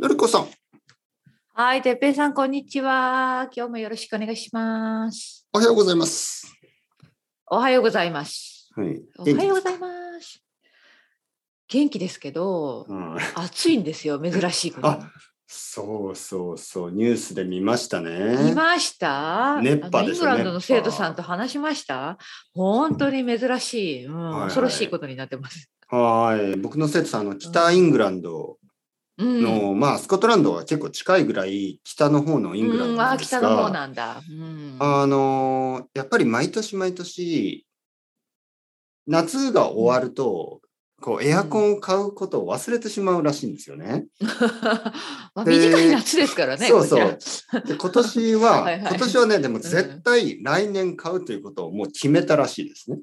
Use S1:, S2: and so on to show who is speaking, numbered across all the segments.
S1: のりこさん。
S2: はい、てっぺいさん、こんにちは。今日もよろしくお願いします。
S1: おはようございます。
S2: おはようございます。
S1: はい。
S2: おはようございます。元気ですけど、
S1: うん。
S2: 暑いんですよ、珍しいことに。
S1: あそうそうそう、ニュースで見ました
S2: 見
S1: ね。
S2: ました
S1: 熱波
S2: あの
S1: で
S2: イン
S1: し
S2: グ
S1: ょ
S2: ランドの生徒
S1: 熱波
S2: さんと話しました本当に珍しい、うん
S1: はいはい
S2: 恐ろしいことになってます。
S1: はい。僕の生徒さん、あの北イングランド
S2: うん
S1: の、まあ、スコットランドは結構近いぐらい北の方のイングランド
S2: うん、
S1: な
S2: あ
S1: んです
S2: 北
S1: が、
S2: の方なんだ。うん、
S1: あのーやっぱり毎年毎年、夏が終わると、こうエアコンを買うことを忘れてしまうらしいんですよね。
S2: まあ、短い夏ですからね。
S1: そうそ
S2: こ
S1: う。で今年は
S2: はいはい
S1: 今年はね、でも絶対来年買うということをもう決めたらしいですね。
S2: ち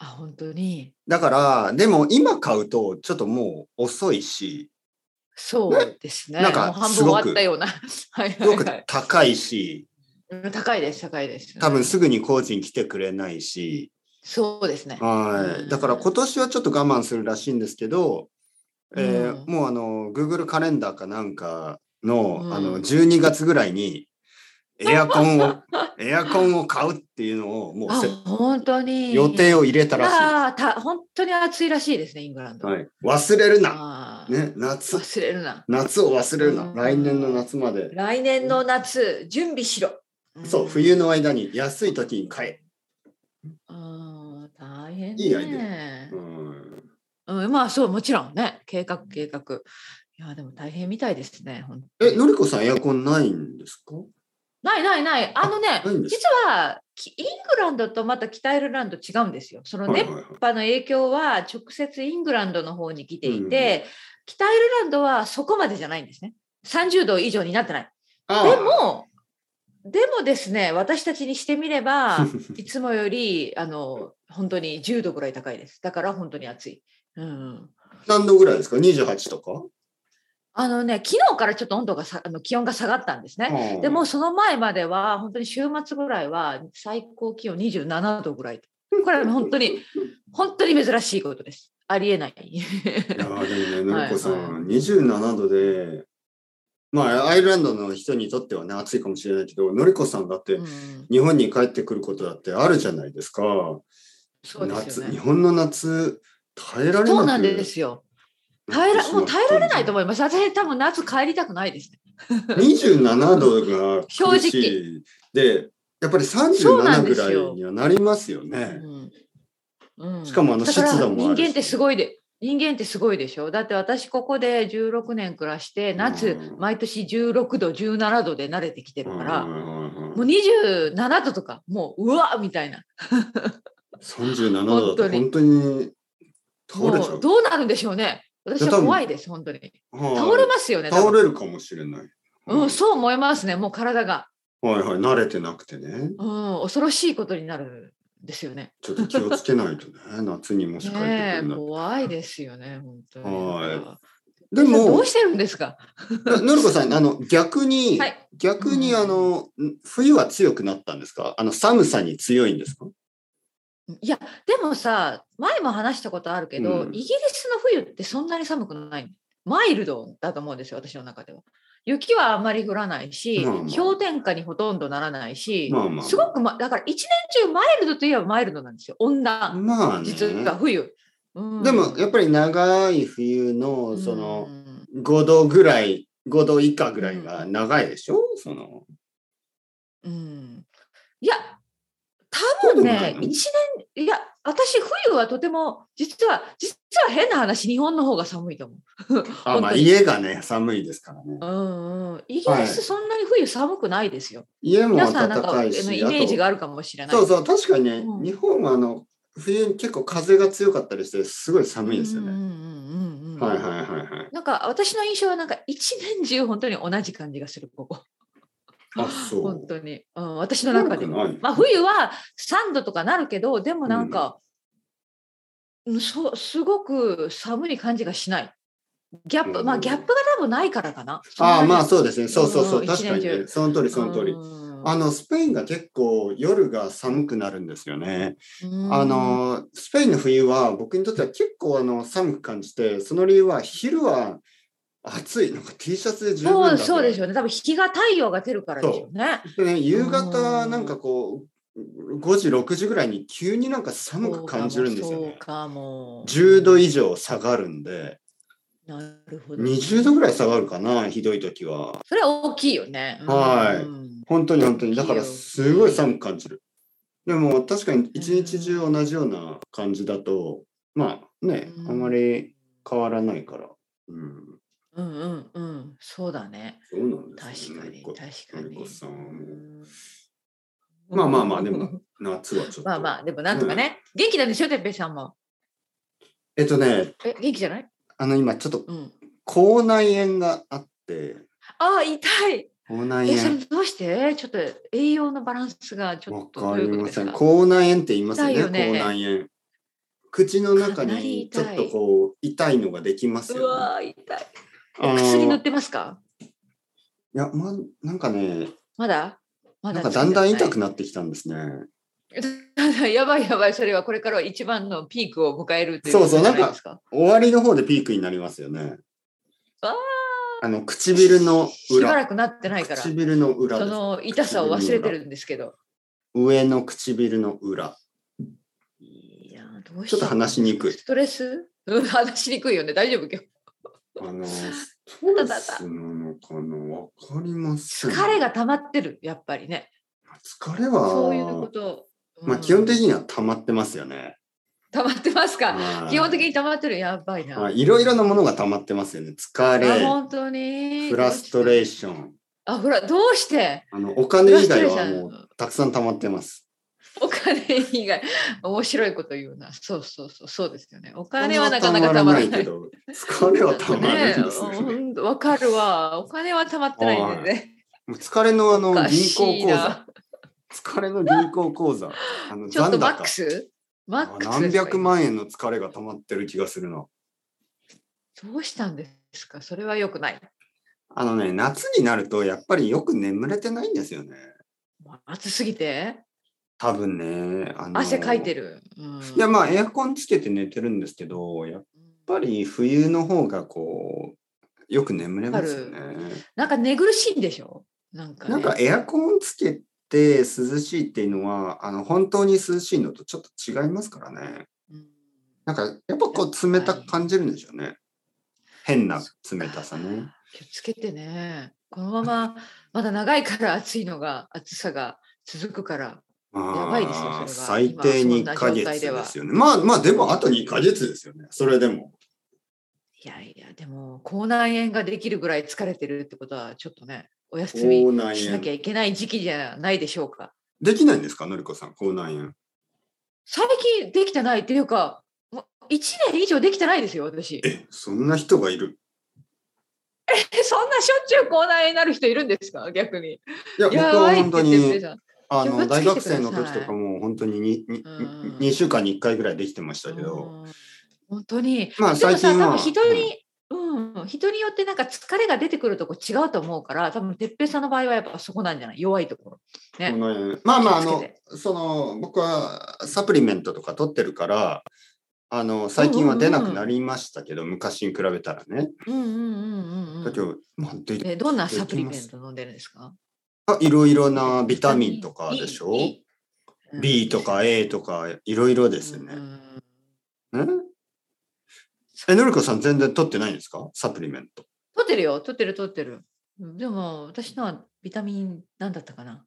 S2: らあ本当に
S1: だから、でも今買うとちょっともう遅いし、
S2: そうですね。
S1: なんか
S2: もう半
S1: す
S2: 分
S1: ごく
S2: 終わったような。 はい
S1: す
S2: は
S1: ご
S2: い
S1: く
S2: はい
S1: 高いし、
S2: うん。高いです高いです。
S1: 多分すぐに工事に来てくれないし、
S2: そうですね。
S1: は
S2: うん
S1: い。だから今年はちょっと我慢するらしいんですけど、えー
S2: うん
S1: もうあの、Google カレンダーかなんかの、
S2: うん
S1: あの、12月ぐらいに、エアコン を、エアコンを買うっていうのを、もう
S2: あ
S1: せ
S2: 本当に
S1: 予定を入れたらしい。
S2: あーた本当に暑いらしいですねイングランド。
S1: はい、忘れるな、
S2: あー
S1: ね、夏
S2: 忘れるな。
S1: 夏を忘れるな
S2: うん
S1: 来年の夏まで
S2: 来年の夏準備しろ。
S1: そう冬の間に安い時に買え、
S2: うん。大変ね。
S1: いいアイうん、
S2: うん、まあそうもちろんね計画計画。いやでも大変みたいですね。本当に
S1: えのりこさんエアコンないんですか
S2: ないないない。あのね
S1: ないんです
S2: 実はきイングランドとまた北アイルランド違うんですよ。その
S1: はい
S2: 熱
S1: はいはい
S2: 波の影響は直接イングランドの方に来ていて、北アイルランドはそこまでじゃないんですね。30度以上になってない。
S1: あ
S2: で
S1: ー
S2: も、でもですね、私たちにしてみれ ば、いつもよりあの本当に10度ぐらい高いです。だから本当に暑い。うん、
S1: 何度ぐらいですか28とか
S2: あのね、昨日からちょっと温度がさあの気温が下がったんですね。でもその前までは本当に週末ぐらいは最高気温27度ぐらい。これは本 当に本当に珍しいことです。ありえない。
S1: いやーでもねのりこさ
S2: はいは
S1: ん、27度でまあアイルランドの人にとってはね暑いかもしれないけどのりこさんだって
S2: うん
S1: 日本に帰ってくることだってあるじゃないですか、
S2: そうです
S1: 夏
S2: よ
S1: 日
S2: ね。
S1: 本の夏耐えられなく
S2: そうなんですよ。耐えらもう耐えられないと
S1: 思
S2: 思います。私多分夏帰りたくないですね。
S1: う。27度が苦しい
S2: 正直
S1: で、やっぱり
S2: そうな
S1: 37
S2: んで
S1: ぐ
S2: すよ
S1: らいにはなりますよね。
S2: うんうん
S1: しかもあの
S2: だから
S1: 湿度もあるし
S2: 人間ってすごいで人間ってすごいでしょだって私ここで16年暮らして夏
S1: うん
S2: 毎年16度17度で慣れてきてるから、
S1: はいはいはい
S2: もう27度とかもううわみたいな
S1: 37度だと本
S2: 本
S1: 当に倒れちゃ
S2: もう
S1: う。
S2: どうなるんでしょうね私
S1: いや多
S2: は
S1: 分
S2: 怖いです本当に
S1: はい
S2: 倒れますよね多分
S1: 倒れるかもしれない。
S2: うん、そう思いますねもう体が、
S1: はいはい、慣れてなくてね。
S2: うん、恐ろしいことになるんですよね
S1: ちょっと気をつけないとね、 夏にもし帰ってく
S2: ねえ
S1: るなら。
S2: 怖いですよね本当に
S1: は
S2: で
S1: で
S2: もど
S1: も
S2: う、してるんですか
S1: のりこさん、あの逆に、
S2: はい
S1: 逆にあの、冬は強くなったんですかあの寒さに強いんですか
S2: いやでもさ前も話したことあるけど、
S1: うん
S2: イギリスの冬ってそんなに寒くないマイルドだと思うんですよ私の中では雪はあんまり降らないし、
S1: まあまあ
S2: 氷点下にほとんどならないし、
S1: まあまあ。
S2: すごく、ま、だから一年中マイルドといえばマイルドなんですよ温暖
S1: まあね。
S2: 実は冬、うん
S1: でもやっぱり長い冬のその
S2: うん
S1: 5度ぐらい5度以下ぐらいが長いでしょ、その
S2: うんいや、多分
S1: そうでもない
S2: ね、
S1: の
S2: 一年、いや、私、冬はとても、実は、実は変な話、日本の方が寒いと思う。
S1: あ、まあ、
S2: 本当に
S1: 家がね寒いですからね
S2: うんうん、イギ
S1: は
S2: リ
S1: い
S2: ス、そんなに冬寒くないですよ。
S1: 家も
S2: 皆さん、な
S1: 暖
S2: んか、あ
S1: か
S2: の
S1: いし
S2: イメージが
S1: あ
S2: あるかもしれ
S1: と
S2: な
S1: そ
S2: い。
S1: うそう確かにね、
S2: うん
S1: 日本はあの冬結構風が強かったりしてすごい寒いですよ
S2: うん
S1: ね、
S2: うんうんうんうん
S1: はいはいはいはい
S2: なんか私の印象はなんか一年中本当に同じ感じがするここ
S1: あそう
S2: 本当に、うん、私の中でも
S1: 寒くない
S2: まあ、冬は3度とかなるけどでもなんか、うん、そうすごく寒い感じがしないギャップ、ま
S1: う
S2: あ
S1: ん
S2: ギャップが多分ないからかな
S1: あまあそうですねそうそうそう、
S2: うん
S1: 確かに
S2: 一年
S1: ね
S2: 中
S1: その通りその通り、あ
S2: あ
S1: のスペインが結構夜が寒くなるんですよねあのスペインの冬は僕にとっては結構あの寒く感じてその理由は昼は暑い、なんか T シャツで十分
S2: そ
S1: だ
S2: うそうでし
S1: ょ。
S2: ょうね。多分日が太陽が出るからでしょうね。
S1: でね、夕方、なんかこう、5時、6時ぐらいに急になんか寒く感じるんですよ
S2: そう
S1: ね。
S2: かも。
S1: 10度以上下がるんで、
S2: なるほど。
S1: 20度ぐらい下がるかな、ひどい時は。
S2: それは大きいよね。うん
S1: はい
S2: うん
S1: 本当に本当に。だから
S2: いいよ
S1: すごい寒く感じる。でも確かに一日中同じような感じだと、まあね、あまり変わらないから。うん。
S2: うんうんうん。そうだね。
S1: そうなんです
S2: 確
S1: よ
S2: か
S1: ね
S2: に、確か
S1: のり
S2: に
S1: こ。さんも
S2: うん
S1: まあまあまあでも。夏はちょっと。
S2: まあまあ、でもなんとかね。元気なんでしょ、てっぺいさんも。
S1: えっとね、
S2: え、元気じゃない
S1: あの今ちょっと
S2: うん。
S1: 口内炎があって、
S2: ああ、痛い。
S1: 口内
S2: え、それ
S1: 炎。
S2: どうしてちょっと栄養のバランスがちょ
S1: わ
S2: っとどう
S1: か
S2: い
S1: り
S2: うこと
S1: ま
S2: で
S1: せ
S2: す
S1: ん。
S2: か
S1: 口内炎って言いますよね、
S2: 痛いよね
S1: 口内炎。口の中
S2: かなり
S1: にちょ
S2: 痛い
S1: っとこう痛いのができます
S2: う
S1: よ、ね。
S2: わー、痛い。
S1: あの
S2: 薬塗ってますか
S1: いや、ま、なんかね、
S2: まだま
S1: な
S2: だ
S1: んかだんだん痛く
S2: な
S1: なってきたんですね。
S2: い。 やばいやばい、それはこれから一番のピークを迎えるという
S1: そうそう
S2: ことじゃいですか。
S1: 終わりの方でピークになりますよね。
S2: あー
S1: あの唇の
S2: しばら
S1: 裏。
S2: くなってないから、そ
S1: 唇の裏です。
S2: の痛さを忘れてるんですけど。
S1: 上の唇の裏。
S2: いやー、どうし
S1: ちょっと話しにくい。
S2: ストレスうん話しにくいよね、大丈夫今日。
S1: あ の、ストレスなのかなわかりません。
S2: 疲れが溜まってる、やっぱりね。
S1: 疲れ
S2: そういうこ
S1: は、
S2: と。うん
S1: まあ基本的には溜まってますよね。
S2: 溜まってますか
S1: はい
S2: 基本的に溜まってる、やばいな。
S1: まあいろいろなものが溜まってますよね。疲
S2: あ
S1: れ、
S2: 本当に。
S1: フラストレー
S2: ション。
S1: ション。
S2: あ、ほら、どうして
S1: あの、お金以外
S2: フ
S1: は
S2: ラストレーション
S1: もうたくさん溜まってます。
S2: お金以外、面白いこと言うな。そうそうそう、そうですよね。お金はなかなかたまらない。
S1: けど、 疲れはたまるんですよね。
S2: ねうんわかるわ。お金はたまってないんでね。
S1: もう疲れのあの
S2: おか
S1: 銀
S2: し
S1: 行
S2: い
S1: 口
S2: な
S1: 座、。疲れの銀行口座、あの
S2: ちょっと
S1: 残
S2: マッ
S1: 高
S2: ク、スマックスで
S1: 何
S2: すか
S1: 百万円の疲れが溜まってる気がするの。
S2: 今どうしたんですかそれは良くない。
S1: あのね、夏になるとやっぱりよく眠れてないんですよね。
S2: もう暑すぎて、
S1: 多分ね。あの
S2: 汗かいて
S1: る。
S2: る。うん、
S1: いやまあエアコンつけて寝てるんですけど、やっぱり冬の方がこう、よく眠れますよね。
S2: なんか寝苦しいんでしょなんか、ね。
S1: なんかエアコンつけて涼しいっていうのは、あの本当に涼しいのとちょっと違いますからね。
S2: うん
S1: なんかやっぱこう冷たく感じるんでしょうね。変な冷たさね。
S2: 気をつけてね。このまま、まだ長いから暑いのが、暑さが続くから。やばいですよ
S1: まあ
S2: それは
S1: 最低2
S2: 今
S1: ヶ
S2: そんな状態
S1: 月
S2: では
S1: ですよね。まあまあでもあと2ヶ月ですよね。それでも。
S2: いやいや、でも、口内炎ができるぐらい疲れてるってことは、ちょっとね、お休み
S1: 口内
S2: しなき
S1: 炎。
S2: ゃいけない時期じゃないでしょうか。
S1: できないんですかのりこさん、口内炎。
S2: 最近できてないっていうか、もう一年以上できてないですよ、私。え、
S1: え、そんな人がいる。
S2: そんなしょっちゅう口内炎になる人いるんですか、逆に。
S1: いや、僕
S2: やば
S1: はい
S2: っ
S1: 本
S2: て
S1: 当
S2: 言ってる
S1: に、
S2: じゃん。
S1: あ
S2: 気を
S1: の、
S2: つけて
S1: 大
S2: くだ
S1: 学
S2: さい
S1: 生の時とかも本当ににに
S2: うん
S1: 2週間に1回ぐらいできてましたけど、
S2: うん本当に。
S1: まあ
S2: でも
S1: 最
S2: さ、
S1: 近
S2: 多
S1: は
S2: 分人に、うん、人によってなんか疲れが出てくるとこ違うと思うから、多分哲平さんの場合はやっぱそこなんじゃない弱いところ。ね
S1: 口内炎まあまあ、あ
S2: 気をつ
S1: の
S2: けて、
S1: その、僕はサプリメントとか取ってるから、あの、最近は出なくなりましたけど、昔に比べたらね。
S2: うんうんうんうんう
S1: だけ
S2: ん。
S1: ど、まあ、で
S2: えどんなサプリメント飲んでるんですか
S1: あいろいろなビタミンとかでしょ
S2: B,
S1: ?B とか A とかいろいろで
S2: です
S1: ね。ねえ、のりこさん全然取ってないんですかサプリメント。
S2: 取ってるよ、取ってる、取ってる。でも、私のはビタミン、なんだったかな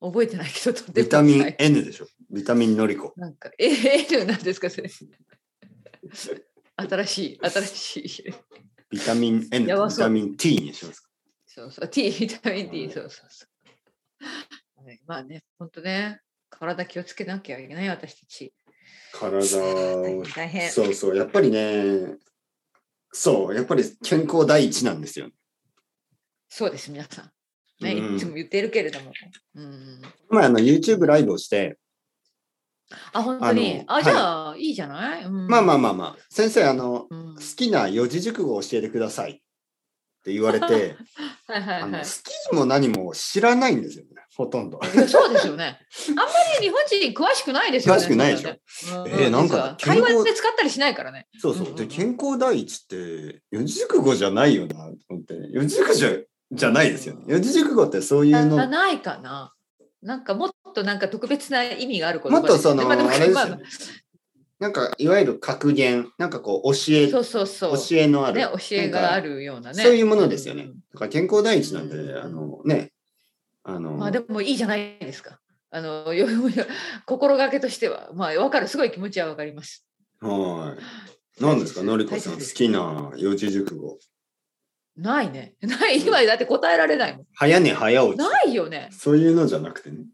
S2: 覚えてないけど、取ってる
S1: ビタミン N でしょビタミンのりこ。
S2: なんか、え、N なんですか、それ。新しい、新しい。
S1: ビタミン N
S2: や
S1: と
S2: ば
S1: ビ
S2: そう
S1: タミン T にしますか
S2: そうそう、T、ビタミン
S1: は
S2: T、
S1: い
S2: そうそうそう。 はいまあね、本当ね、体気をつけなきゃいけない、私たち。
S1: 体を。
S2: 大変。
S1: そうそう、やっぱりね、そう、やっぱり健康第一なんですよ。
S2: そうです、皆さん。ね、
S1: うん
S2: いつも言ってるけれども。うん、
S1: 前あの YouTube ライブをして、
S2: あ、本当に。
S1: あ
S2: あ
S1: の
S2: じゃあ、い、いじゃない、うん
S1: まあまあまあまあ、先生、あの、
S2: あ。うん
S1: 好きな四字熟語を教えてくださいって言われて、
S2: はいはい
S1: あの
S2: は
S1: 好
S2: い。
S1: きも何も知らないんですよね。ほとんど。
S2: いやそうですよね。あんまり日本人詳しくないですよね。
S1: 詳しくないでしょ
S2: そうだよね。
S1: えーなんか
S2: 実は会話で使ったりしないからね。
S1: そうそうう。
S2: ん
S1: で、健康第一って、四字熟語じゃないよな、と思って。四字熟語じゃじゃないですよね。四字熟語ってそういう
S2: な
S1: の。
S2: ないかな。なんかもっとなんか特別な意味があること
S1: もっとその、
S2: まあ、でも
S1: あれです
S2: ま
S1: よ
S2: あ
S1: ねなんか、いわゆる格言、なんかこう、教え、
S2: そうそうそう。
S1: 教えのある。
S2: ね、教えがあるようなね。
S1: そういうものですよね
S2: うん。
S1: だから健康第一なんで、
S2: うん
S1: あのね、あの、
S2: まあでもいいじゃないですか。あの よよよ心がけとしては、まあわかる、すごい気持ちはわかります。
S1: はい。何ですか、のりこさん、
S2: 大切
S1: 好
S2: です
S1: きな四字熟語。
S2: ないね。 ない、今だって答えられないもん。
S1: 早寝早起き。
S2: ないよね。
S1: そういうのじゃなくてね。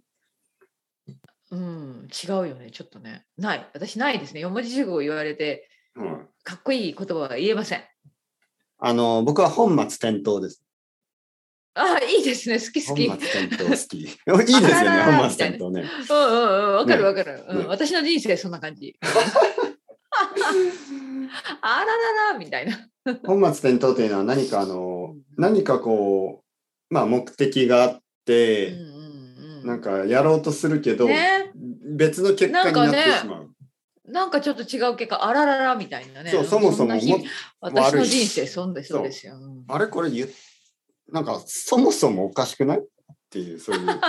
S2: うん、違うよね、ちょっとね。ない、私ないですね。四文字熟語言われて、
S1: はい。
S2: かっこいい言葉は言えません。
S1: あの、僕は本末転倒です。
S2: ああ、いいですね、好き好
S1: 本
S2: き。
S1: 末
S2: うんうん
S1: 転倒好き。いいですよね、
S2: あららら
S1: 本末転倒ね。
S2: うん、わかるわかる、う
S1: ね
S2: ん。私の人生そんな感 じ。あらららみたいな。
S1: 本末転倒というのは何かあの、何かこう、まあ目的があっ
S2: うん
S1: て、
S2: うんうん、
S1: なんかやろうとするけど、
S2: ね、
S1: 別の結果になってしまう。
S2: なんかちょっと違う結果、あらららみたいなね。
S1: そう、そもそも
S2: んな日
S1: も
S2: 々、私
S1: 悪
S2: の
S1: いし
S2: 人生、そんで、そうですよ。うん
S1: あれこれ言っなんかそもそもおかしくないっていうそういう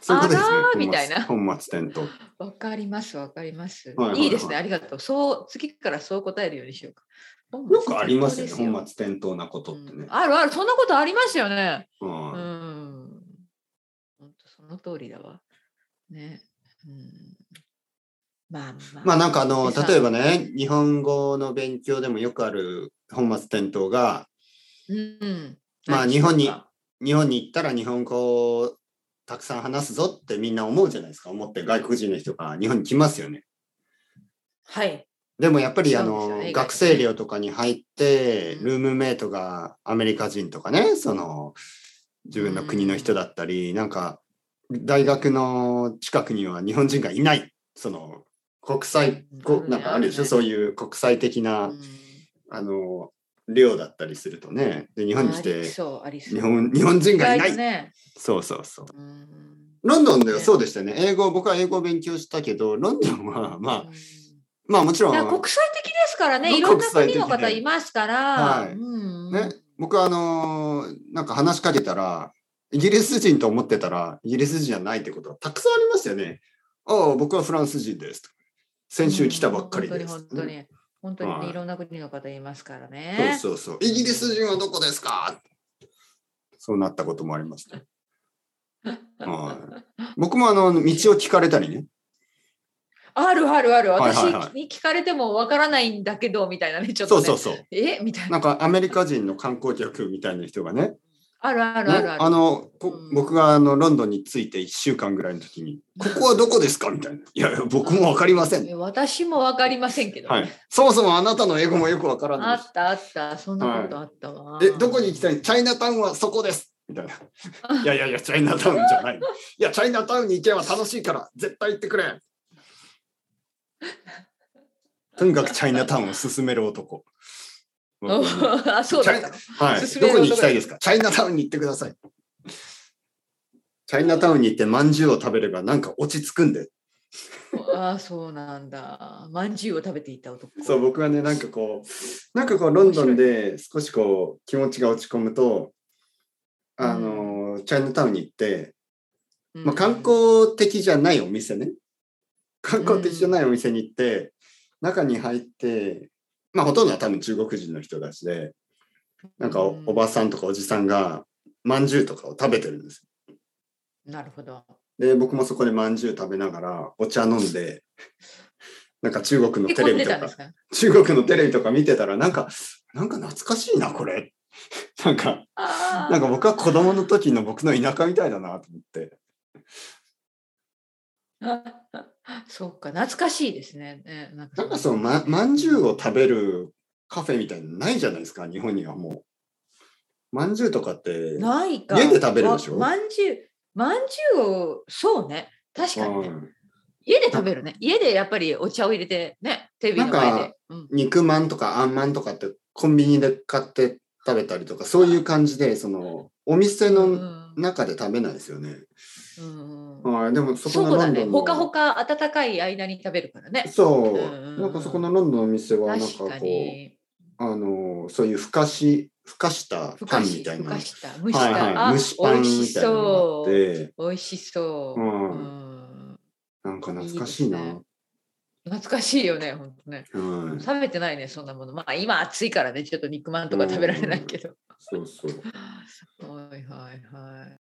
S1: そういうことですね
S2: あらー
S1: 本末
S2: みたいな
S1: 本末転倒
S2: わかります、わかります。
S1: はいはいはい
S2: いですね、ありがとう。そう、次からそう答えるようにしようか。
S1: よくありますよね
S2: そうで
S1: 本末転倒なことって
S2: う
S1: ね
S2: ん、あるある、そんなことありますよね。
S1: うん
S2: うん。本当その通りだわ。ね。うん、まあまあ。
S1: まあなんかあの
S2: でさ
S1: 例えばね日本語の勉強でもよくある本末転倒が
S2: うん。
S1: まあ
S2: はい
S1: 日本に
S2: そうか
S1: 日本に行ったら日本語をたくさん話すぞってみんな思うじゃないですか思って外国人の人が日本に来ますよね
S2: はい。
S1: でもやっぱりあ
S2: そうです
S1: の
S2: よね
S1: 学生寮とかに入って
S2: うん
S1: ルームメイトがアメリカ人とかねその自分の国の人だったりなんか大学の近くには日本人がいないその国際
S2: うん
S1: こ
S2: ある
S1: う
S2: ね
S1: なんかあるでし
S2: ある
S1: ょ
S2: ね
S1: そういう国際的
S2: う
S1: なんあの寮だったりするとねで日本に来
S2: あり
S1: て
S2: そう、ありそう。
S1: 日本日本人がいな
S2: 意外と
S1: い
S2: ね。
S1: そうそうそう
S2: うん
S1: ロンドンでは
S2: ね
S1: そうでしたよね英語僕は英語を勉強したけどロンドンはまあ
S2: うん
S1: まあもちろ
S2: い
S1: ん
S2: や国際的ですからね、いろん
S1: 国
S2: な
S1: 際的
S2: 国
S1: で
S2: の方いますから、
S1: はい
S2: うんうん
S1: ね、僕はあのーなんか話しかけたら、イギリス人と思ってたら、イギリス人じゃないってことがたくさんありましたよね。ああ、僕はフランス人ですとか。先週来たばっかりです。
S2: 本当に本当に、本当にね
S1: はい
S2: いろんな国の方いますからね。
S1: そうそうそう。イギリス人はどこですかそうなったこともありま した。はい僕もあの道を聞かれたりね。
S2: あるあるある、
S1: はい
S2: 私
S1: はいはい
S2: に聞かれてもわからないんだけど、みたいなね、ちょっと、
S1: そう
S2: ね。
S1: そうそう。
S2: えみたいな。
S1: なんかアメリカ人の観光客みたいな人がね、
S2: あるあるある
S1: ね
S2: ある。
S1: あのこ
S2: うん
S1: 僕があのロンドンに着いて1週間ぐらいの時に「ここはどこですか?」みたいな「いやいや僕も分かりません」
S2: え私もわかりませんけど、
S1: はい、そもそもあなたの英語もよく分から
S2: あ
S1: ない
S2: ったあった、そんなことあったわ。
S1: えどこに行きたいチャイナタウンはそこですみたいな「いやいやいやチャイナタウンじゃない」「いやチャイナタウンに行けば楽しいから絶対行ってくれ」とにかくチャイナタウンを進める男。 僕はね
S2: あそうだったの。
S1: はい、
S2: 進
S1: ど
S2: める
S1: こ
S2: 男
S1: に行きたいですかチャイナタウンに行ってください。チャイナタウンに行ってまんじゅうを食べればなんか落ち着くんで。
S2: あそうなんだ。まんじゅうを食べていた男。
S1: そう、僕はね、なんかこう、なんかこう、ロンドンで少しこう、気持ちが落ち込むと、あの、チャイナタウンに行って、
S2: うん
S1: まあ、観光的じゃないお店ね。観光的じゃないお店に行って、中に入って、まあ、ほとんどは多分中国人の人たちで、なんかお
S2: うん
S1: おばさんとかおじさんが、まんじゅうとかを食べてるんですよ
S2: なるほど。
S1: で僕もそこでまんじゅう食べながらお茶飲んで なんか中国の
S2: で
S1: テ
S2: 混
S1: レ
S2: ん
S1: ビ
S2: で
S1: と
S2: たんで
S1: か
S2: すか
S1: 中国のテレビとか見てたらなんかなんか懐かしいなこれ なんか
S2: あー
S1: なんか 僕は子供の時の僕の田舎みたいだなと思って
S2: そうか、懐かしいですね。ねなん
S1: なんかそのままんじゅうを食べるカフェみたいなのないじゃないですか日本にはもうまんじゅうとかって
S2: ないか。
S1: 家で食べるでしょ
S2: わまんじゅう、まんじゅうを、そうね。確かにね、
S1: うん
S2: 家で食べるね。家でやっぱりお茶を入れて、ね、テレビの
S1: な
S2: 前
S1: ん
S2: で。うん
S1: 肉まんとかあんまんとかってコンビニで買って食べたりとかそういう感じでそのお店
S2: う
S1: の
S2: ん
S1: 中で食べないですよね。
S2: うんうん
S1: はい、でもそこ
S2: そ
S1: の
S2: う
S1: ロ
S2: だ
S1: ン
S2: ね
S1: ドンの
S2: ほかほか暖かい間に食べるからね
S1: そう、
S2: うんうん
S1: なんかそこのロンドンのお店はなんかこ
S2: 確か
S1: う
S2: に
S1: あのそういうふかしふかしたパ
S2: ふか
S1: ンみ
S2: した
S1: い
S2: ふ
S1: な
S2: かした蒸し
S1: は
S2: た、
S1: いは
S2: あ
S1: い、蒸しパン
S2: 美
S1: み
S2: 味した
S1: いなのがあっ
S2: そう
S1: て
S2: 美味しそう、
S1: うん
S2: うん
S1: なんか懐かしいな。
S2: いいですね懐かしいよね本当ね
S1: うん、
S2: 食べてないねそんなものまあ今暑いからねちょっと肉まんとか食べられないけど、
S1: そうそう。
S2: はいはいはい